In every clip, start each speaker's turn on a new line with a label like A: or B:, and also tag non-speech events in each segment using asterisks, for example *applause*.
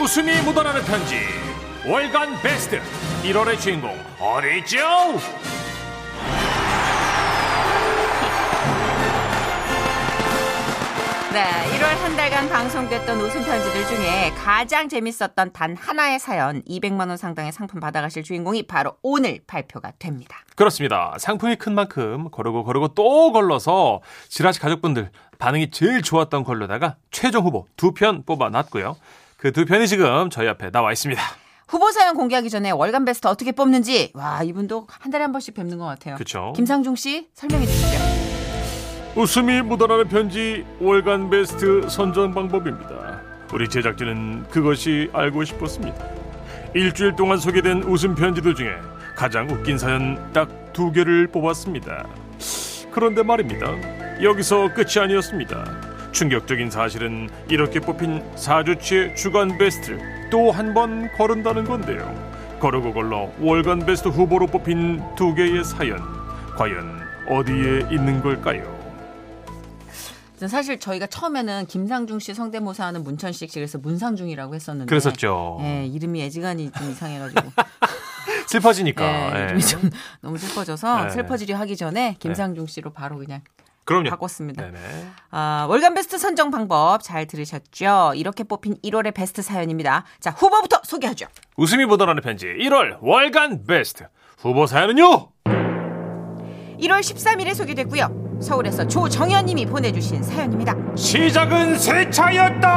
A: 웃음이 묻어나는 편지 월간 베스트 1월의 주인공 어리죠
B: 네, 1월 한 달간 방송됐던 웃음 편지들 중에 가장 재밌었던 단 하나의 사연 200만 원 상당의 상품 받아가실 주인공이 바로 오늘 발표가 됩니다.
A: 그렇습니다. 상품이 큰 만큼 고르고 고르고 또 걸러서 지라시 가족분들 반응이 제일 좋았던 걸로다가 최종 후보 두 편 뽑아놨고요. 그 두 편이 지금 저희 앞에 나와 있습니다.
B: 후보 사연 공개하기 전에 월간 베스트 어떻게 뽑는지 와 이분도 한 달에 한 번씩 뵙는 것 같아요.
A: 그쵸.
B: 김상중 씨 설명해 주시죠.
A: 웃음이 묻어나는 편지 월간 베스트 선정 방법입니다. 우리 제작진은 그것이 알고 싶었습니다. 일주일 동안 소개된 웃음 편지들 중에 가장 웃긴 사연 딱 두 개를 뽑았습니다. 그런데 말입니다. 여기서 끝이 아니었습니다. 충격적인 사실은 이렇게 뽑힌 4주치의 주간 베스트를 또 한 번 거른다는 건데요. 거르고 걸러 월간 베스트 후보로 뽑힌 두 개의 사연. 과연 어디에 있는 걸까요?
B: 사실 저희가 처음에는 김상중 씨 성대모사하는 문천식 씨 그래서 문상중이라고 했었는데
A: 그랬었죠.
B: 예, 이름이 애지간히 좀
A: *laughs*
B: 이상해가지고
A: 슬퍼지니까.
B: 예,
A: 예.
B: 이름이 좀 *laughs* 너무 슬퍼져서
A: 네.
B: 슬퍼지려 하기 전에 김상중 씨로 바로 그냥
A: 그럼요.
B: 바꿨습니다.
A: 네네.
B: 아, 월간 베스트 선정 방법 잘 들으셨죠? 이렇게 뽑힌 1월의 베스트 사연입니다. 자, 후보부터 소개하죠.
A: 웃음이 보더라는 편지 1월 월간 베스트 후보 사연은요.
B: 1월 13일에 소개됐고요. 서울에서 조정현 님이 보내주신 사연입니다.
A: 시작은 세차였다.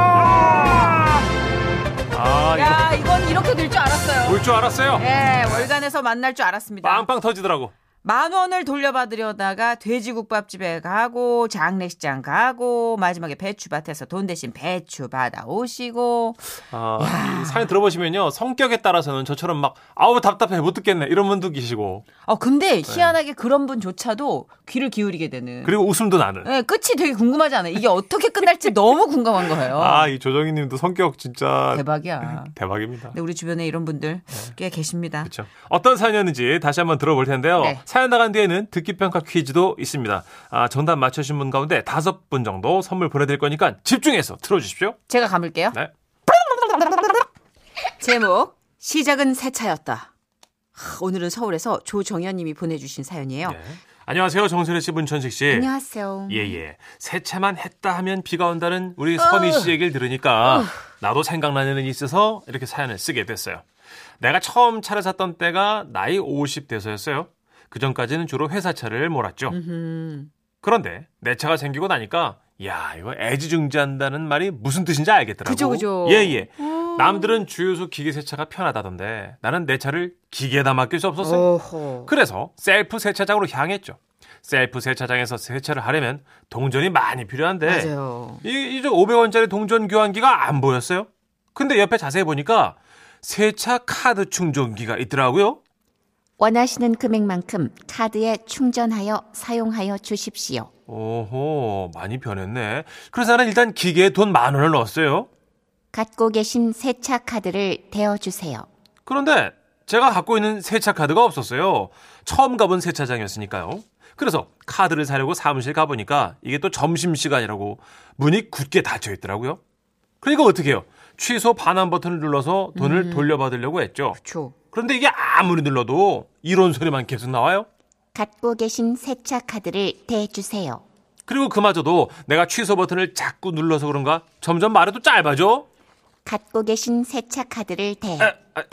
A: 아 이거
B: 야, 이건 이렇게 될 줄 알았어요.
A: 볼 줄 알았어요.
B: 예, 월간에서 만날 줄 알았습니다.
A: 뭐. 빵빵 터지더라고.
B: 만 원을 돌려받으려다가 돼지국밥집에 가고 장례식장 가고 마지막에 배추밭에서 돈 대신 배추 받아오시고
A: 아, 이 사연 들어보시면요 성격에 따라서는 저처럼 막 아우 답답해 못 듣겠네 이런 분도 계시고
B: 어
A: 네.
B: 근데 희한하게 그런 분조차도 귀를 기울이게 되는
A: 그리고 웃음도 나는.
B: 네, 끝이 되게 궁금하지 않아요 이게 어떻게 끝날지 너무 궁금한 거예요
A: 아 이 조정희님도 성격 진짜
B: 대박이야
A: 대박입니다.
B: 근데 우리 주변에 이런 분들 꽤 계십니다
A: 그렇죠. 어떤 사연이었는지 다시 한번 들어볼 텐데요.
B: 네.
A: 사연 나간 뒤에는 듣기 평가 퀴즈도 있습니다. 아, 정답 맞춰주신 분 가운데 다섯 분 정도 선물 보내드릴 거니까 집중해서 틀어주십시오.
B: 제가 감을게요
A: 네.
B: 제목 시작은 새 차였다 하, 오늘은 서울에서 조정현 님이 보내주신 사연이에요
A: 네. 안녕하세요, 정선혜 씨, 문천식 씨.
B: 안녕하세요
A: 예예. 세차만 했다 하면 비가 온다는 우리
B: 어.
A: 선희 씨 얘기를 들으니까 나도 생각나는 일이 있어서 이렇게 사연을 쓰게 됐어요. 내가 처음 차를 샀던 때가 나이 50 돼서였어요. 그 전까지는 주로 회사 차를 몰았죠. 그런데 내 차가 생기고 나니까 야 이거 애지중지한다는 말이 무슨 뜻인지 알겠더라고.
B: 그죠, 그죠. 음.
A: 예예. 남들은 주유소 기계 세차가 편하다던데 나는 내 차를 기계에다 맡길 수 없었어요.
B: 어허.
A: 그래서 셀프 세차장으로 향했죠. 셀프 세차장에서 세차를 하려면 동전이 많이 필요한데
B: 맞아요.
A: 이, 이제 500원짜리 동전 교환기가 안 보였어요. 근데 옆에 자세히 보니까 세차 카드 충전기가 있더라고요.
C: 원하시는 금액만큼 카드에 충전하여 사용하여 주십시오.
A: 오호 많이 변했네. 그래서 나는 일단 기계에 돈 만 원을 넣었어요.
C: 갖고 계신 세차 카드를 대어 주세요.
A: 그런데 제가 갖고 있는 세차 카드가 없었어요. 처음 가본 세차장이었으니까요. 그래서 카드를 사려고 사무실 가보니까 이게 또 점심시간이라고 문이 굳게 닫혀 있더라고요. 그러니까 어떻게 해요? 취소 반환 버튼을 눌러서 돈을
C: 음.
A: 돌려받으려고 했죠.
B: 그쵸.
A: 그런데 이게 아무리 눌러도 이런 소리만 계속 나와요.
C: 갖고 계신 세차 카드를 대 주세요.
A: 그리고 그마저도 내가 취소 버튼을 자꾸 눌러서 그런가 점점 말에도 짧아져.
C: 갖고 계신 세차 카드를 대.
A: 아, 아,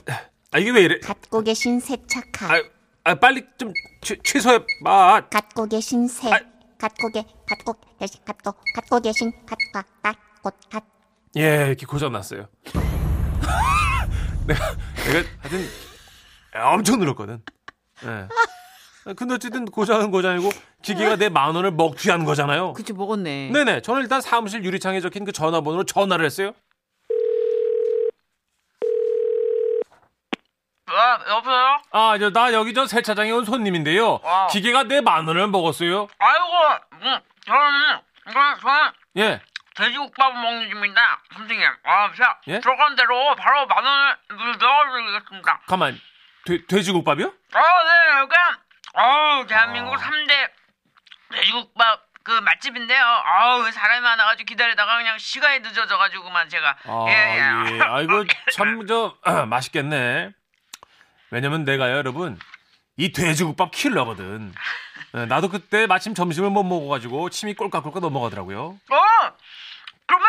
A: 아, 이게 왜 이래?
C: 갖고 계신 세차 카.
A: 아, 아, 빨리 좀 취, 취소해 봐.
C: 갖고 계신 세.
A: 아.
C: 갖고 계 갖고 계신 갖고 갖고 계신 갖고 갖고 갖.
A: 예, 이렇게 고장 났어요. *laughs* 내가, 내가 하여튼 엄청 늘었거든. 예. 근데 어쨌든 고장은 고장이고 기계가 내 만 원을 먹튀한 거잖아요.
B: 그쵸, 먹었네.
A: 네네. 저는 일단 사무실 유리창에 적힌 그 전화번호로 전화를 했어요.
D: 아, 여보세요?
A: 아, 저, 나 여기 저 세차장에 온 손님인데요.
D: 와.
A: 기계가 내 만 원을 먹었어요.
D: 아이고, 뭐, 저는, 이거, 저는
A: 예.
D: 돼지국밥 먹는 중입니다. 선생님, 아, 자,
A: 예?
D: 들어간 대로 바로 만 원을 넣어드리겠습니다.
A: 가만. 돼, 돼지국밥이요?
D: 아, 네, 여기, 어우, 대한민국
A: 아.
D: 삼 3대 돼지국밥 그 맛집인데요. 아우 사람이 많아가지고 기다리다가 그냥 시간이 늦어져가지고만 제가
A: 아,
D: 예, 예.
A: 예.
D: *laughs*
A: 아이고 참 저 *clears throat* 맛있겠네. 왜냐면 내가요, 여러분 이 돼지국밥 킬러거든. 예, 나도 그때 마침 점심을 못 먹어가지고 침이 꼴깍꼴깍 넘어가더라고요.
D: 어 그러면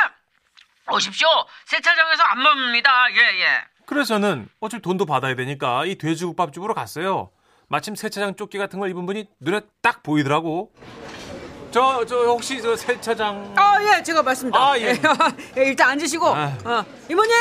D: 오십시오. 세차장에서 안 먹습니다. 예 예.
A: 그래서는 어차피 돈도 받아야 되니까 이 돼지국밥집으로 갔어요. 마침 세차장 조끼 같은 걸 입은 분이 눈에 딱 보이더라고. 저 저 혹시 저 세차장
E: 아, 예, 제가 맞습니다.
A: 아, 예.
E: *laughs* 예, 일단 앉으시고,
A: 아.
E: 어, 이모님,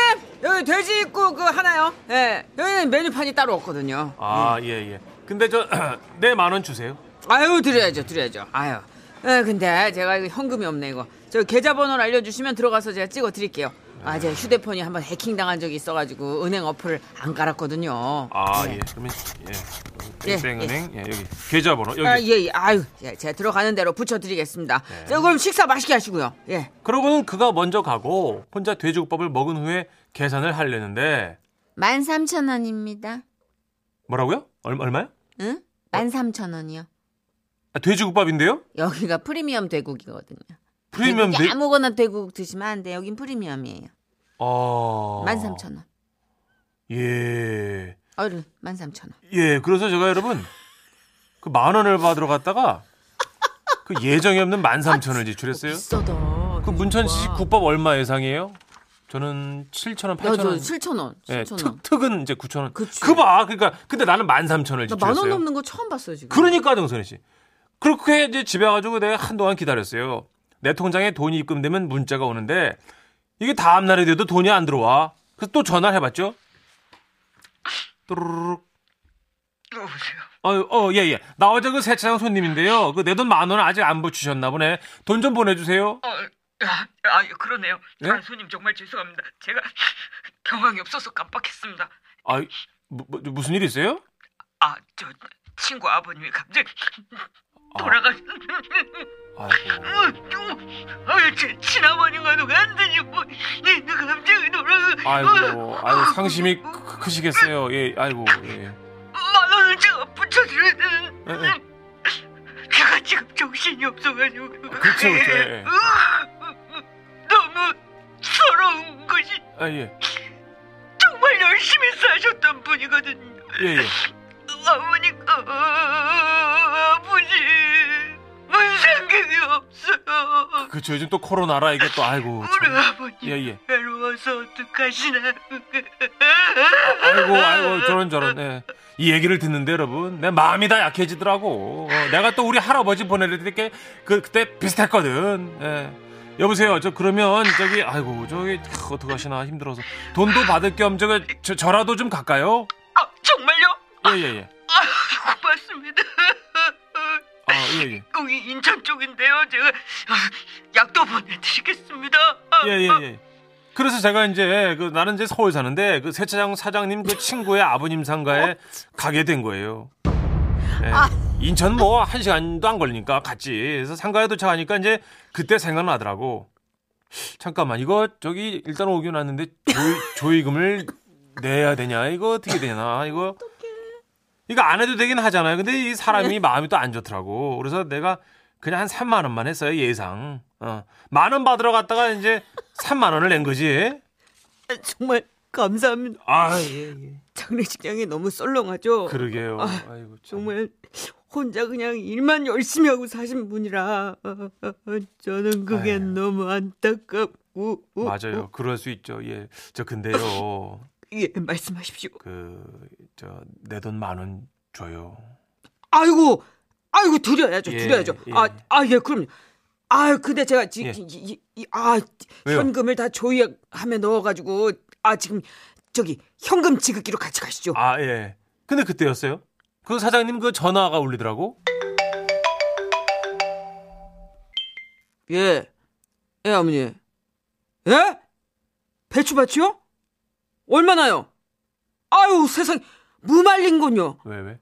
E: 여기 돼지 있고 그 하나요. 예, 여기는 메뉴판이 따로 없거든요.
A: 아 예예. 근데 저 *clears throat* 내 만 원 주세요.
E: 아유, 드려야죠, 드려야죠. 아유. 예, 근데 제가 이거 현금이 없네, 이거. 저 계좌번호를 알려주시면 들어가서 제가 찍어 드릴게요. 아, 제 휴대폰이 한번 해킹당한 적이 있어가지고 은행 어플을 안 깔았거든요.
A: 아
E: 예.
A: 예. 그러면 예.
E: 예,
A: 땡땡은행 예, 여기 계좌번호 여기. 네.
E: 아, 예, 예. 아유, 예, 제가 들어가는 대로 붙여드리겠습니다. 자, 그럼 식사 맛있게 하시고요. 예.
A: 그러고는 그가 먼저 가고 혼자 돼지국밥을 먹은 후에 계산을 하려는데
B: 13,000원입니다.
A: 뭐라고요? 얼마 얼마요?
B: 응? 13,000원이요.
A: 아, 돼지국밥인데요?
B: 여기가 프리미엄 돼국이거든요.
A: 프리미엄
B: 돼국이
A: 돼.
B: 아무거나 돼국 드시면 안 돼. 여긴 프리미엄이에요.
A: 아.
B: 13,000원.
A: 예.
B: 얼른 13,000원.
A: 예. 그래서 제가 여러분 그 만 원을 받으러 갔다가 그 예정이 없는 만 삼천을 지출했어요.
E: 비싸다.
A: 그 문천식 국밥 얼마 예상이에요? 저는 7천 원, 8천
E: 저
A: 원.
E: 7,000원.
A: 예,
E: 7,000원.
A: 특, 특은 이제 9천 원.
E: 그치.
A: 그봐, 그러니까 근데 나는 13,000원을
E: 나 만 원
A: 지출했어요.
E: 넘는 거 처음 봤어요 지금.
A: 그러니까 정선혜 씨. 그렇게 이제 집에 가가지고 내가 한동안 기다렸어요. 내 통장에 돈이 입금되면 문자가 오는데 이게 다음 날이 돼도 돈이 안 들어와. 그래서 또 전화를 해봤죠. 또르르륵.
D: 여보세요.
A: 어, 어, 예, 예. 나 어제 그 세차장 손님인데요. 그 내 돈 만 원 아직 안 붙이셨나 보네. 돈 좀 보내주세요.
D: 어, 아, 아 그러네요.
A: 예?
D: 아, 손님 정말 죄송합니다. 제가 *laughs* 경황이 없어서 깜빡했습니다.
A: 아, 뭐, 뭐, 무슨 일 있어요?
D: 아, 저 친구 아버님이 갑자기 돌아가.
A: 아이고.
D: 어, 아, 제 친아버님과도 안 되니고 네, 갑자기 어, 돌아가.
A: 아이고, 아이고, 상심이 크, 크시겠어요. 예, 아이고, 예.
D: 만 원을 제가 붙여드려야
A: 예,
D: 되는.
A: 예.
D: 제가 지금 정신이 없어가지고. 어,
A: 그쵸, 그쵸, 예.
D: 너무 서러운 것이
A: 아, 예,
D: 정말 열심히 사셨던 분이거든요.
A: 예, 예.
D: 어머니, 아버지, 생각이
A: 그쵸,
D: 없어요.
A: 그렇죠. 요즘 또 코로나라 이게 또, 아이고.
D: 우리
A: 참.
D: 아버님
A: 예, 예.
D: 외로워서 어떡하시나.
A: 아이고, 아이고, 저런, 저런. 예. 이 얘기를 듣는데 여러분, 내 마음이 다 약해지더라고. 어, 내가 또 우리 할아버지 보내드릴 게 그, 그때 비슷했거든. 예. 여보세요. 저 그러면 저기 아이고 저기 크, 어떡하시나 힘들어서 돈도 받을 겸 저거 저, 저라도 좀 갈까요?
D: 아, 정말요?
A: 예 예예.
D: 아, 고맙습니다.
A: 아 예예.
D: 여기 인천 쪽인데요. 제가 아, 약도 보내드리겠습니다. 아,
A: 예예예. 그래서 제가 이제 그 나는 이제 서울 사는데 그 세차장 사장님 그 친구의 아버님 상가에 가게 된 거예요. 예. 인천 뭐 한 시간도 안 걸리니까 갔지. 그래서 상가에 도착하니까 이제 그때 생각나더라고. 잠깐만 이거 저기 일단 오긴 왔는데 조이, 조이금을 내야 되냐 이거 어떻게 되나 이거 이거 안 해도 되긴 하잖아요. 근데 이
E: 네.
A: 사람이 마음이 또 안 좋더라고. 그래서 내가 그냥 한 3만 원만 했어요, 예상. 어. 만원 받으러 갔다가 이제 3만 원을 낸 거지.
E: 정말 감사합니다.
A: 아, 예, 예.
E: 장례식장이 너무 썰렁하죠.
A: 그러게요.
E: 아,
A: 아이고, 참.
E: 정말 혼자 그냥 일만 열심히 하고 사신 분이라 어, 어, 어, 저는 그게
A: 아유.
E: 너무 안타깝고 어,
A: 맞아요.
E: 어,
A: 그럴 수 있죠. 예. 저 근데요.
E: 예, 말씀하십시오.
A: 그 저 내 돈 만 원 줘요.
E: 아이고, 아이고 드려야죠,
A: 예,
E: 드려야죠.
A: 예.
E: 아, 아, 예, 그럼. 아, 근데 제가 지금
A: 예.
E: 이, 이- 아
A: 왜요?
E: 현금을 다 조이함에 넣어가지고 아 지금 저기 현금 지급기로 같이 가시죠.
A: 아, 예. 근데 그때였어요. 그 사장님 그 전화가 울리더라고.
E: 예. 예, 어머니. 예? 배추밭이요? 얼마나요? 아유, 세상 무말린 건요.
A: 왜 왜?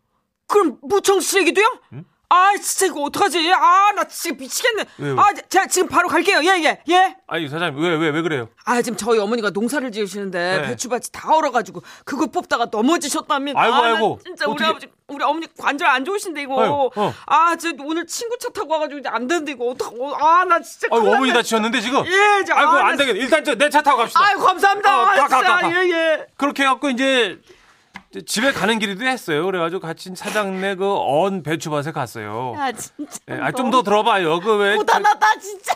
E: 그럼 무청 쓰레기도요?
A: 응?
E: 아 진짜 이거 어떡하지? 아 나 진짜 미치겠네.
A: 왜, 왜?
E: 아 제- 제가 지금 바로 갈게요. 예 예, 예.
A: 아니 사장님 왜 왜 왜 그래요?
E: 아 지금 저희 어머니가 농사를 지으시는데
A: 네.
E: 배추밭이 다 얼어가지고 그걸 뽑다가 넘어지셨답니다.
A: 아이고,
E: 아, 나
A: 아이고.
E: 진짜 우리
A: 어떻게-
E: 아버지 우리 어머니 관절 안 좋으신데 이거.
A: 아유, 어.
E: 아 저 오늘 친구 차 타고 와가지고 이제 안 되는데 이거 어떡? 아나 진짜.
A: 아유
E: 큰일
A: 어머니
E: 났네.
A: 다치셨는데 지금?
E: 예, 저-
A: 아이고
E: 아, 나
A: 안 되겠네. 일단 저 내 차 타고 갑시다.
E: 아유 감사합니다.
A: 어,
E: 아,
A: 가, 가, 가,
E: 진짜,
A: 가.
E: 예 예.
A: 그렇게 해갖고 이제 이제 집에 가는 길이도 했어요. 그래가지고 같이 사장네 그 언 배추밭에 갔어요. 예,
E: 아 진짜.
A: 아좀 더 들어봐요. 그왜
E: 고단하다 진짜.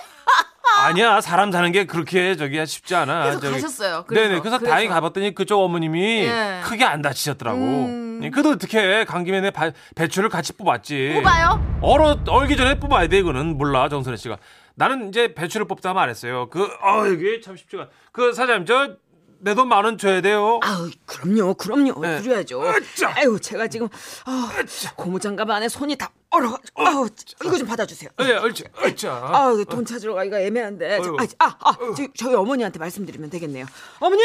A: 아니야 사람 사는 게 그렇게 저기 쉽지 않아.
E: 그래서 가셨어요. 그래서.
A: 네네. 그래서,
E: 그래서.
A: 다행히 가봤더니 그쪽 어머님이
E: 예. 음.
A: 크게 안 다치셨더라고. 예, 그래도 어떻게 간 김에 내 바- 배추를 같이 뽑았지.
E: 뽑아요?
A: 얼어 얼기 전에 뽑아야 돼 이거는 몰라 정선혜 씨가. 나는 이제 배추를 뽑다 말했어요. 그아 이게 참 쉽지가. 않- 그 사장님 저 내 돈 만 원 줘야 돼요.
E: 아유, 그럼요, 그럼요.
A: 네.
E: 드려야죠.
A: 으쌰.
E: 아유, 제가 지금 아, 고무장갑 안에 손이 다 얼어. 아우, 이거 좀 받아주세요.
A: 예, 얼추, 얼추. 아,
E: 아유, 돈 찾으러 가기가 애매한데. 저,
A: 아이고.
E: 아, 아, 아, 저, 저희 어머니한테 말씀드리면 되겠네요. 어머니!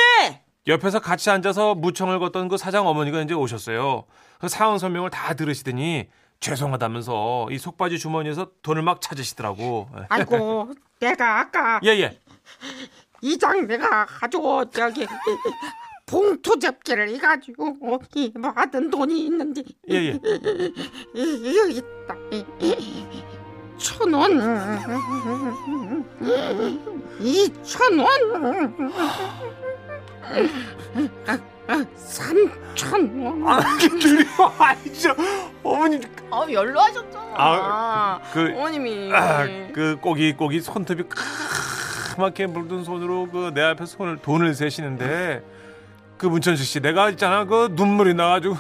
A: 옆에서 같이 앉아서 무청을 걷던 그 사장 어머니가 이제 오셨어요. 그 사원 설명을 다 들으시더니 죄송하다면서 이 속바지 주머니에서 돈을 막 찾으시더라고.
F: 아이고 내가 아까
A: 예, 예.
F: 이장 내가 가지고 저기 봉투 잡기를 해가지고 어, 이 받은 돈이 있는데
A: 예, 예.
F: 이- 여기 있다 천원 이천원 삼천원
A: 아, 길이 아니죠. 어머니.
E: 아, 열로 하셨잖아.
A: 아, 그,
E: 어머님이.
A: 아, 그 꼬기꼬기 손톱이 크맣게 물든 손으로 그 내 앞에 손을 돈을 세시는데 그 문천식 씨 내가 있잖아 그 눈물이 나가지고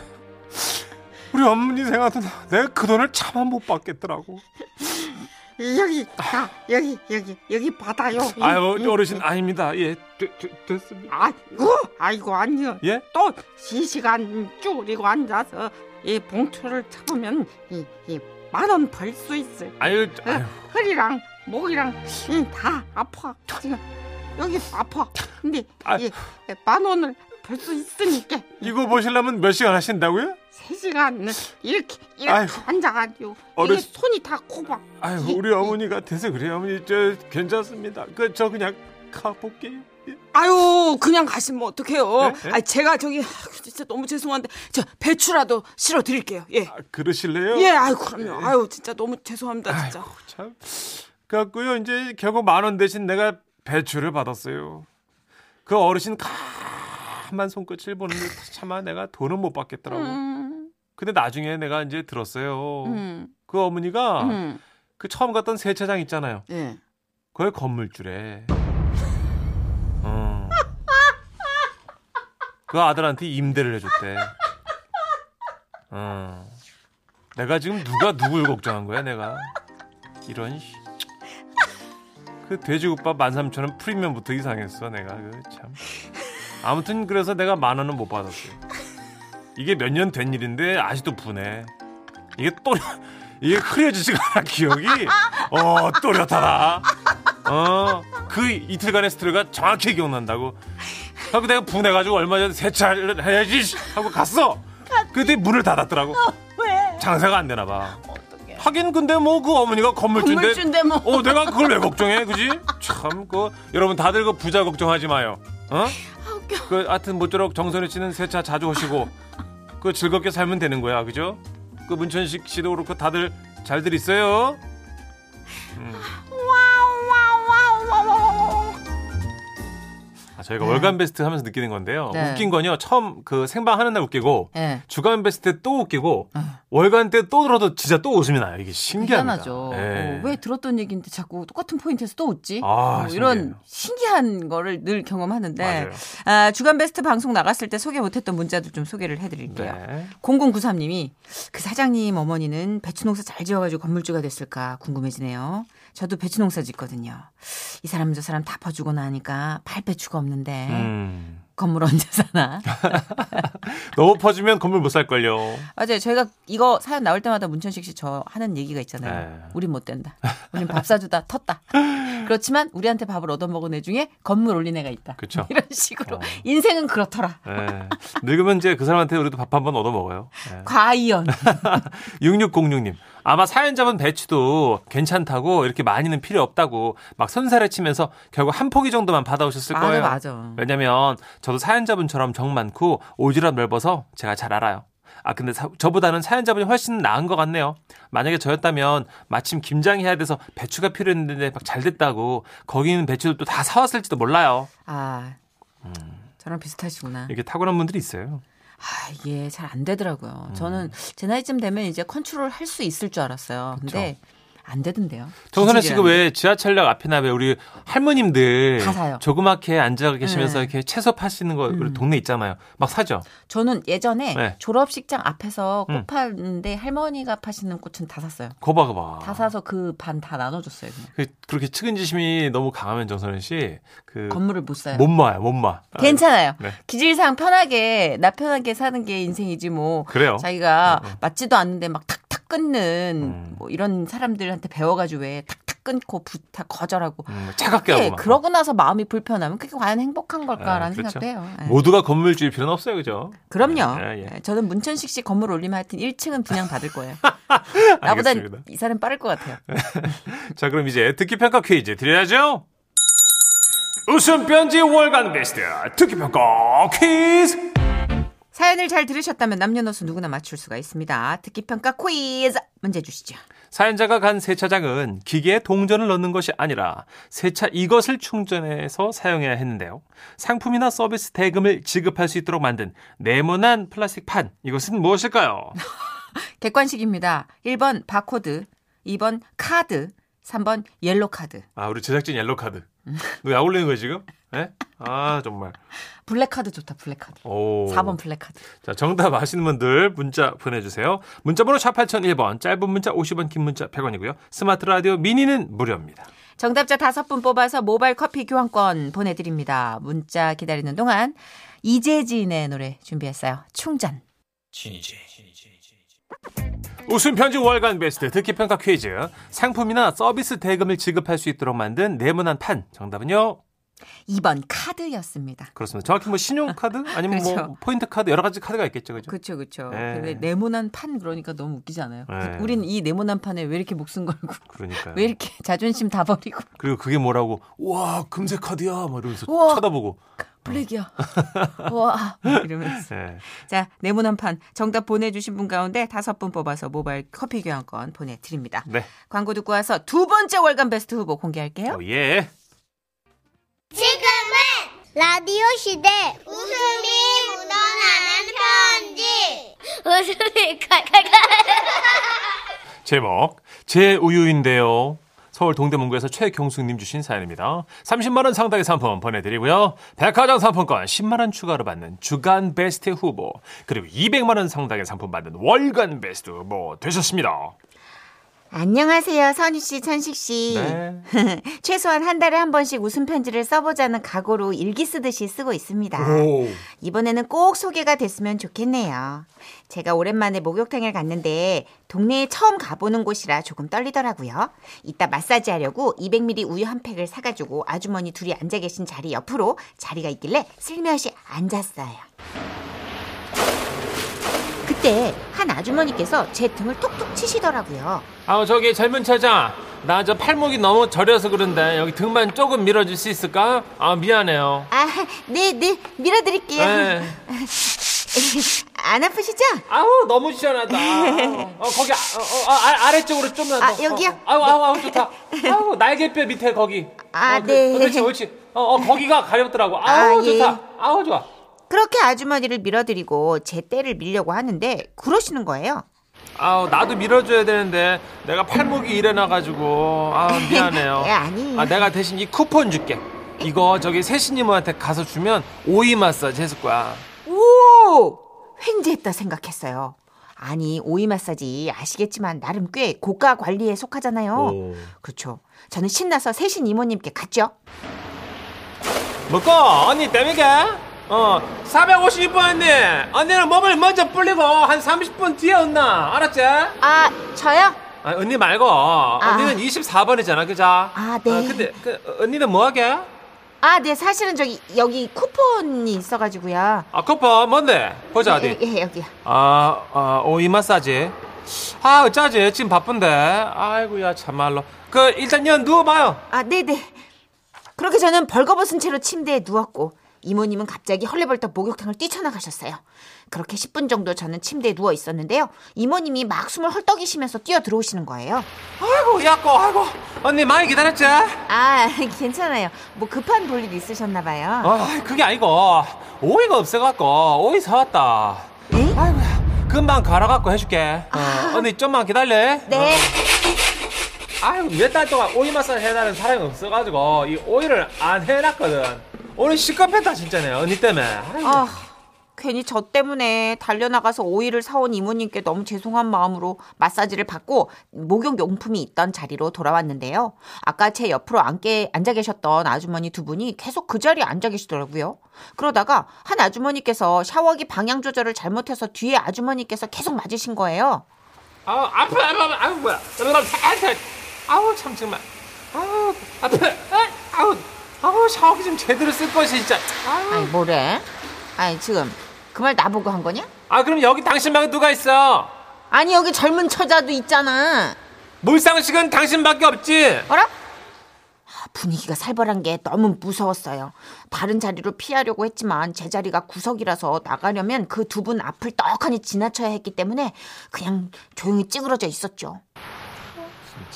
A: 우리 어머니 생각도 나 내가 그 돈을 차마 못 받겠더라고.
F: 여기 있다 여기 여기 여기 받아요
A: 아유 어르신 아닙니다. 예 됐, 됐, 됐습니다.
F: 아이고 아이고 아니요
A: 예?
F: 또 시시간 쭈그리고 앉아서 이 봉투를 잡으면 이만 원 벌 수 있어.
A: 아유 아유
F: 허리랑 목이랑 이, 다 아파. 지금 여기 아파. 근데
A: 아.
F: 이 만 원을 벌 수 있으니까
A: 이거 보시려면 몇 시간 하신다고요?
F: 세 시간 이렇게 이렇게
A: 아유.
F: 앉아가지고
A: 어르신.
F: 이게 손이 다 고봐.
A: 아유 우리 어머니가 돼서 그래요. 어머니 저 괜찮습니다. 그 저 그냥 가볼게요. 예.
E: 아유, 그냥 가시면 어떡해요.
A: 네? 네?
E: 아, 제가 저기, 아유, 진짜 너무 죄송한데, 저 배추라도 실어 드릴게요. 예.
A: 아, 그러실래요?
E: 예, 아유, 그럼요. 아유, 진짜 너무 죄송합니다, 진짜.
A: 네. 아이고 참. 그래갖고요 이제 결국 만 원 대신 내가 배추를 받았어요. 그 어르신 가만 손끝을 보는데 차마 내가 돈은 못 받겠더라고. 근데 나중에 내가 이제 들었어요. 그 어머니가 그 처음 갔던 세차장 있잖아요.
E: 예.
A: 그의 건물줄에. 어. 그 아들한테 임대를 해줬대. 어. 내가 지금 누가 누굴 걱정한 거야, 내가. 이런 씨. 그 돼지국밥 13,000원 프리미엄부터 이상했어, 내가. 그 참. 아무튼 그래서 내가 만 원은 못 받았어요. 이게 몇 년 된 일인데 아직도 분해. 이게 또 이게 흐려지지가 않아 기억이. 어, 또렷하다. 어, 그 이틀간의 스트레스가 정확히 기억난다고. 하고 내가 분해가지고 얼마 전에 세차를 해야지 하고 갔어. 그때 문을 닫았더라고. 장사가 안 되나 봐. 하긴 근데 뭐 그 어머니가 건물주인데,
E: 건물주인데 뭐.
A: 어 내가 그걸 왜 걱정해 그지? 참 그 여러분 다들 그 부자 걱정하지 마요. 어? 그 하여튼 모쪼록 정선우 씨는 세차 자주 오시고 그 즐겁게 살면 되는 거야 그죠? 그 문천식 씨도 그렇고 다들 잘들 있어요. 음. 아, 저희가 월간 베스트 하면서 느끼는 건데요.
B: 네.
A: 웃긴 건요. 처음 그 생방 하는 날 웃기고
B: 예.
A: 주간 베스트 때 또 웃기고 월간 때 또 들어도 진짜 또 웃음이 나요. 이게 신기합니다.
B: 희한하죠.
A: 예.
B: 어, 왜 들었던 얘기인데 자꾸 똑같은 포인트에서 또 웃지?
A: 아,
B: 뭐 이런
A: 신기해요.
B: 신기한 거를 늘 경험하는데
A: 맞아요.
B: 아, 주간 베스트 방송 나갔을 때 소개 못했던 문자들 좀 소개를 해드릴게요.
A: 네.
B: 0093님이 그 사장님 어머니는 배추 농사 잘 지어가지고 건물주가 됐을까 궁금해지네요. 저도 배추 농사 짓거든요. 이 사람 저 사람 다 퍼주고 나니까 팔배추가 없는데
A: 음.
B: 건물 *laughs* 언제 사나?
A: 너무 퍼지면 건물 못 살걸요.
B: 맞아요. 저희가 이거 사연 나올 때마다 문천식 씨 저 하는 얘기가 있잖아요.
A: 네.
B: 우린 못 된다. 우린 밥 사주다 텄다. 그렇지만 우리한테 밥을 얻어먹은 애 중에 건물 올린 애가 있다.
A: 그쵸.
B: *laughs* 이런 식으로
A: 어.
B: 인생은 그렇더라.
A: 예. *laughs* 늙으면 이제 그 사람한테 우리도 밥 한 번 얻어 먹어요. 예.
B: 과이언.
A: 6606님. 아마 사연자분 배추도 괜찮다고 이렇게 많이는 필요 없다고 막 선사를 치면서 결국 한 포기 정도만 받아오셨을
B: 맞아, 네,
A: 거예요.
B: 맞아.
A: 왜냐면 저도 사연자분처럼 정 많고 오지랖 넓어서 제가 잘 알아요. 아 근데 사- 저보다는 사연자분이 훨씬 나은 것 같네요. 만약에 저였다면 마침 김장해야 돼서 배추가 필요했는데 막 잘 됐다고 거기 있는 배추도 또 다 사왔을지도 몰라요.
B: 아,
A: 음.
B: 저랑 비슷하시구나.
A: 이렇게 탁월한 분들이 있어요.
B: 아, 이게 잘 안 되더라고요.
A: 음.
B: 저는 제 나이쯤 되면 이제 컨트롤 할 수 있을 줄 알았어요. 근데 안 되던데요.
A: 정선혜 씨가 그
B: 기질이라는
A: 왜 지하철역 앞이나 왜 우리 할머님들
B: 다 사요.
A: 조그맣게 앉아 계시면서
B: 네. 음.
A: 이렇게 채소 파시는 거 우리 동네 있잖아요. 막 사죠.
B: 저는 예전에
A: 네.
B: 졸업식장 앞에서 꽃
A: 음.
B: 파는데 할머니가 파시는 꽃은 다 샀어요.
A: 거봐 거봐.
B: 다 사서 그 반 다 나눠줬어요. 그냥.
A: 그, 그렇게 측은지심이 너무 강하면 정선혜 씨그
B: 건물을 못 사요.
A: 못마요 못마. 아,
B: 괜찮아요.
A: 네.
B: 기질상 편하게 나 편하게 사는 게 인생이지 뭐.
A: 그래요.
B: 자기가
A: 어,
B: 맞지도 않는데 막 탁탁 끊는
A: 음.
B: 뭐 이런 사람들한테 배워가지고 왜 탁탁 끊고 부탁 거절하고.
A: 음, 차갑게
B: 그게
A: 하고 막.
B: 그러고 나서 마음이 불편하면 그게 과연 행복한 걸까라는
A: 네, 그렇죠.
B: 생각도 해요. 예.
A: 모두가 건물주일 필요는 없어요, 그죠?
B: 그럼요.
A: 예, 예.
B: 예, 저는 문천식 씨 건물 올리면 하여튼 1층은 분양 받을 거예요. *laughs*
A: *laughs*
B: 나보다
A: 알겠습니다.
B: 이 사람 빠를 것 같아요.
A: 자, 그럼 이제 듣기 평가 퀴즈 드려야죠. 웃음 편지 월간 베스트 듣기 평가 퀴즈.
B: 사연을 잘 들으셨다면 남녀노소 누구나 맞출 수가 있습니다. 듣기평가 퀴즈 문제 주시죠.
A: 사연자가 간 세차장은 기계에 동전을 넣는 것이 아니라 세차 이것을 충전해서 사용해야 했는데요. 상품이나 서비스 대금을 지급할 수 있도록 만든 네모난 플라스틱 판 이것은 무엇일까요?
B: *laughs* 객관식입니다. 1번 바코드, 2번 카드, 3번 옐로 카드.
A: 아 우리 제작진 옐로 카드. 너약 올리는 거야 지금? 예? 아 정말.
B: 블랙 카드 좋다. 블랙 카드.
A: 오.
B: 4번 블랙 카드.
A: 자, 정답 아시는 분들 문자 보내주세요. 문자번호 샵 8001번, 짧은 문자 50원, 긴 문자 100원이고요. 스마트 라디오 미니는 무료입니다.
B: 정답자 5분 뽑아서 모바일 커피 교환권 보내 드립니다. 문자 기다리는 동안 이재진의 노래 준비했어요. 충전.
A: 웃음 편지 월간 베스트 듣기 평가 퀴즈. 상품이나 서비스 대금을 지급할 수 있도록 만든 네모난 판. 정답은요?
B: 2번 카드였습니다.
A: 그렇습니다. 정확히 뭐 신용카드?
B: *laughs*
A: 아니면
B: 그렇죠.
A: 뭐 포인트 카드? 여러 가지 카드가 있겠죠. 그죠?
B: 그렇죠, 그렇죠.
A: 예.
B: 근데 네모난 판 그러니까 너무 웃기지 않아요?
A: 예.
B: 우린 이 네모난 판에 왜 이렇게 목숨 걸고
A: 네. 그러니까요.
B: 왜 이렇게 *laughs* 자존심 다 버리고 *laughs*
A: 그리고 그게 뭐라고, 와, 금세 카드야. 막 이러면서
B: 우와.
A: 쳐다보고.
B: 블랙이야. 와 이러면서.
A: 예.
B: 자 네모난 판 정답 보내주신 분 가운데 다섯 분 뽑아서 모바일 커피 교환권 보내드립니다.
A: 네.
B: 광고 듣고 와서 두 번째 월간 베스트 후보 공개할게요.
A: 어, 예.
G: 지금은 라디오 시대 웃음이 묻어나는 편지 웃음이 칼칼칼
A: 제목 제 우유인데요. 서울 동대문구에서 최경숙님 주신 사연입니다. 30만 원 상당의 상품 보내드리고요. 백화점 상품권 10만 원 추가로 받는 주간 베스트 후보 그리고 200만 원 상당의 상품 받는 월간 베스트 후보 되셨습니다.
B: 안녕하세요 선희 씨, 천식 씨.
A: 네.
B: 최소한 한 달에 한 번씩 웃음 편지를 써보자는 각오로 일기 쓰듯이 쓰고 있습니다. 이번에는 꼭 소개가 됐으면 좋겠네요. 제가 오랜만에 목욕탕을 갔는데 동네에 처음 가보는 곳이라 조금 떨리더라고요. 이따 마사지 하려고 200ml 우유 한 팩을 사가지고 아주머니 둘이 앉아 계신 자리 옆으로 자리가 있길래 슬며시 앉았어요. 그때 한 아주머니께서 제 등을 톡톡 치시더라고요.
A: 아 저기 젊은 처자 나 저 팔목이 너무 저려서 그런데 여기 등만 조금 밀어줄 수 있을까? 아 미안해요.
B: 아, 네, 네, 밀어드릴게요.
A: 네.
B: 안 아프시죠?
A: 아우 너무 시원하다. 어, 거기 아, 어, 어, 아, 아래쪽으로 좀만 더.
B: 아, 여기요?
A: 어, 아우 아우 아우 좋다. 아우 날개뼈 밑에 거기.
B: 아,
A: 어, 그,
B: 네.
A: 그렇지 그렇지. 어, 어 거기가 가렵더라고. 아우
B: 아, 예.
A: 좋다. 아우 좋아.
B: 그렇게 아주머니를 밀어드리고 제 때를 밀려고 하는데 그러시는 거예요.
A: 아우 나도 밀어줘야 되는데 내가 팔목이 일어나가지고 아 미안해요.
B: *laughs* 예, 아니에요.
A: 아 내가 대신 이 쿠폰 줄게. 이거 저기 세신님한테 가서 주면 오이 마사지 해줄 거야.
B: 오! 횡재했다 생각했어요. 아니, 오이 마사지 아시겠지만 나름 꽤 고가 관리에 속하잖아요.
A: 어.
B: 그렇죠. 저는 신나서 세신 이모님께 갔죠.
A: 먹고 언니 때문에 어 450번 언니 언니는 몸을 먼저 불리고 한 30분 뒤에 온나 알았지?
B: 아, 저요?
A: 아, 언니 말고 언니는 24번이잖아 그자?
B: 아, 네.
A: 어, 근데 그, 어, 언니는 뭐하게?
B: 아, 네, 사실은 저기 여기 쿠폰이 있어가지고요.
A: 아 쿠폰 뭔데? 보자 어디
B: 예, 예, 여기요.
A: 아, 아 오이 마사지 아 어쩌지 지금 바쁜데 아이고야 참말로 그 일단 연 누워봐요
B: 아, 네네. 그렇게 저는 벌거벗은 채로 침대에 누웠고 이모님은 갑자기 헐레벌떡 목욕탕을 뛰쳐나가셨어요. 그렇게 10분 정도 저는 침대에 누워 있었는데요. 이모님이 막 숨을 헐떡이시면서 뛰어 들어오시는 거예요.
A: 아이고 야꼬 아이고 언니 많이 기다렸지?
B: 아, *laughs* 괜찮아요. 뭐 급한 볼일 있으셨나 봐요.
A: 아 그게 아니고 오이가 없어갖고 오이 사왔다 아이고야 금방 갈아갖고 해줄게 어, 언니 좀만 기다려
B: 네.
A: 아유 몇 달 동안 오이 마사지 해달라는 사람이 없어가지고 이 오이를 안 해놨거든 오늘 시급했다 진짜네 언니 때문에 아유,
B: 아, 괜히 저 때문에 달려나가서 오이를 사온 이모님께 너무 죄송한 마음으로 마사지를 받고 목욕 용품이 있던 자리로 돌아왔는데요. 아까 제 옆으로 앉게, 앉아 계셨던 아주머니 두 분이 계속 그 자리에 앉아 계시더라고요. 그러다가 한 아주머니께서 샤워기 방향 조절을 잘못해서 뒤에 아주머니께서 계속 맞으신 거예요.
A: 아우 아파 아파 아우 뭐야 아우 참 정말 아우 아파 아우 아우 샤워기 좀 제대로 쓸 것이 진짜
B: 아니, 뭐래? 아니, 지금 그 말 나보고 한 거냐?
A: 아 그럼 여기 당신 말고 누가 있어
B: 아니, 여기 젊은 처자도 있잖아.
A: 물상식은 당신밖에 없지
B: 어라? 아, 분위기가 살벌한 게 너무 무서웠어요. 다른 자리로 피하려고 했지만 제 자리가 구석이라서 나가려면 그 두 분 앞을 떡하니 지나쳐야 했기 때문에 그냥 조용히 찌그러져 있었죠.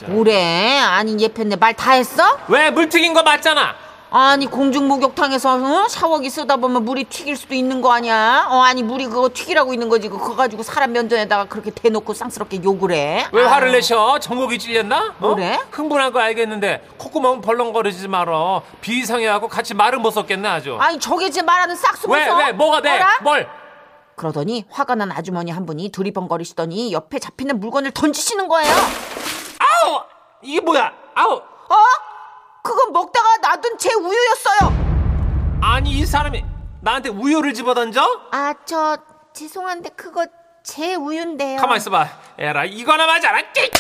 B: 뭐래? 아니 예편네 말 다 했어?
A: 왜 물 튀긴 거 맞잖아
B: 아니 공중 목욕탕에서 어? 샤워기 쓰다 보면 물이 튀길 수도 있는 거 아니야? 어 아니 물이 그거 튀기라고 있는 거지 그거 가지고 사람 면전에다가 그렇게 대놓고 쌍스럽게 욕을 해?
A: 왜 화를
B: 아유.
A: 내셔? 전곡이 찔렸나? 어?
B: 뭐래?
A: 흥분한 거 알겠는데 콧구멍 벌렁거리지 말어 비상해하고 같이 말은 못 썼겠네 아주
B: 아니 저게 제 말하는 싹수무서
A: 왜? 왜? 뭐가 돼?
B: 어라?
A: 뭘?
B: 그러더니 화가 난 아주머니 한 분이 두리번거리시더니 옆에 잡히는 물건을 던지시는 거예요.
A: 아우! 이게 뭐야? 아우!
B: 어? 그건 먹다가 놔둔 제 우유였어요.
A: 아니 이 사람이 나한테 우유를 집어던져?
B: 아, 저 죄송한데 그거 제 우유인데요.
A: 가만 있어봐 에라 이거나 맞아라 띠!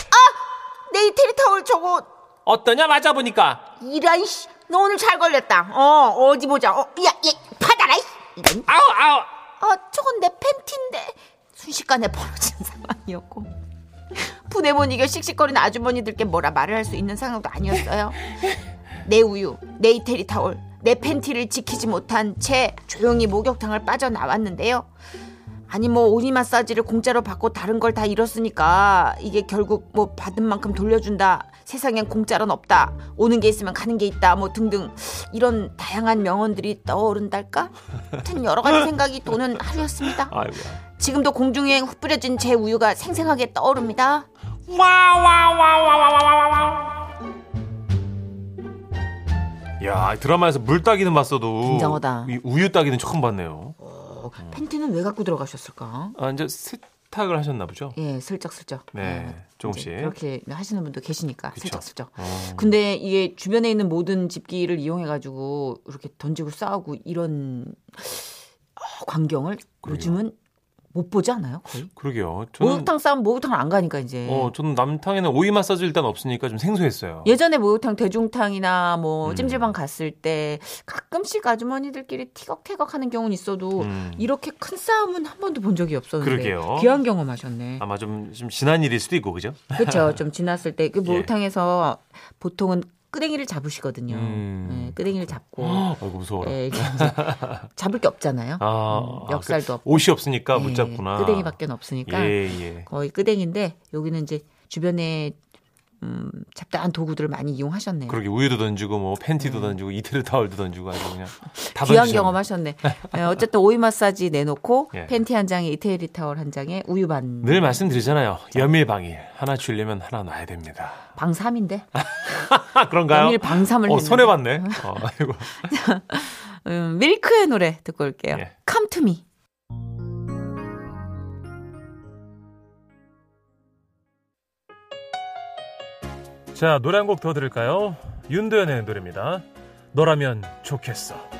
B: 내 이태리 타올 저거
A: 어떠냐 맞아보니까
B: 이란 씨. 너 오늘 잘 걸렸다. 어, 어디 보자. 어, 야, 야, 받아라. 이. 이런.
A: 아우 아우
B: 어, 저건 내 팬티인데. 순식간에 벌어진 *laughs* 상황이었고. 분해 못 이겨 씩씩거리는 아주머니들께 뭐라 말을 할 수 있는 상황도 아니었어요. 내 우유, 내 이태리 타올, 내 팬티를 지키지 못한 채 조용히 목욕탕을 빠져나왔는데요. 아니 뭐 오리 마사지를 공짜로 받고 다른 걸 다 잃었으니까 이게 결국 뭐 받은 만큼 돌려준다. 세상엔 공짜는 없다. 오는 게 있으면 가는 게 있다. 뭐 등등 이런 다양한 명언들이 떠오른달까? 하여튼 여러 가지 생각이 도는 하루였습니다.
A: 아이고야
B: 지금도 공중에 흩 뿌려진 제 우유가 생생하게 떠오릅니다.
A: 야 드라마에서 물 따기는 봤어도
B: 굉장하다.
A: 이 우유 따기는 처음 봤네요
B: 어,
A: 음.
B: 팬티는 왜 갖고 들어가셨을까?
A: 아 이제 세탁을 하셨나 보죠?
B: 예, 슬쩍슬쩍.
A: 네,
B: 어,
A: 조금씩.
B: 이제 그렇게 하시는 분도 계시니까 슬쩍슬쩍.
A: 어.
B: 근데 이게 주변에 있는 모든 집기를 이용해 가지고 이렇게 던지고 싸우고 이런 아, 광경을 요즘은 못 보지 않아요? 거의.
A: 그러게요 저는
B: 목욕탕 싸움 목욕탕 안 가니까 이제.
A: 어, 저는 남탕에는 오이 마사지 일단 없으니까 좀 생소했어요.
B: 예전에 목욕탕 대중탕이나
A: 음.
B: 뭐 찜질방 갔을 때 가끔씩 아주머니들끼리 티격태격 하는 경우는 있어도
A: 음.
B: 이렇게 큰 싸움은 한 번도 본 적이 없었는데
A: 그러게요.
B: 귀한 경험하셨네.
A: 아마 좀, 좀 지난 일일 수도 있고 그죠? *laughs*
B: 그렇죠. 좀 지났을 때
A: 예.
B: 그 목욕탕에서 보통은 끄댕이를 잡으시거든요.
A: 음.
B: 예, 끄댕이를 잡고
A: 아이고 *gasps* 무서워라.
B: 예, 이렇게 이제 잡을 게 없잖아요.
A: 아,
B: 음, 역살도
A: 그
B: 없고.
A: 옷이 없으니까 못
B: 예,
A: 잡구나.
B: 끄댕이밖에 없으니까
A: 예, 예.
B: 거의 끄댕인데 여기는 이제 주변에 음, 잡다한 도구들을 많이 이용하셨네요.
A: 그러게 우유도 던지고 뭐 팬티도 던지고 이태리 타월도 던지고 아주 그냥 다
B: 귀한
A: 던지셨네. *laughs*
B: 경험하셨네. 예, 어쨌든 오이 마사지 내놓고
A: 예. 네.
B: 팬티 한 장에 이태리 타월 한 장에 우유 반.
A: 늘 말씀드리잖아요. 연밀방일 하나 줄려면 하나 놔야 됩니다.
B: 방 3인데.
A: 아 그런가요?
B: 연밀 방삼을
A: 어,
B: 했는데.
A: 손해 봤네.
B: *laughs*
A: 어, 아이고.
B: 음, 밀크의 노래 듣고 올게요.
A: 예.
B: Come to me.
A: 자 노래 한 곡 더 들을까요? 윤도현의 노래입니다. 너라면 좋겠어.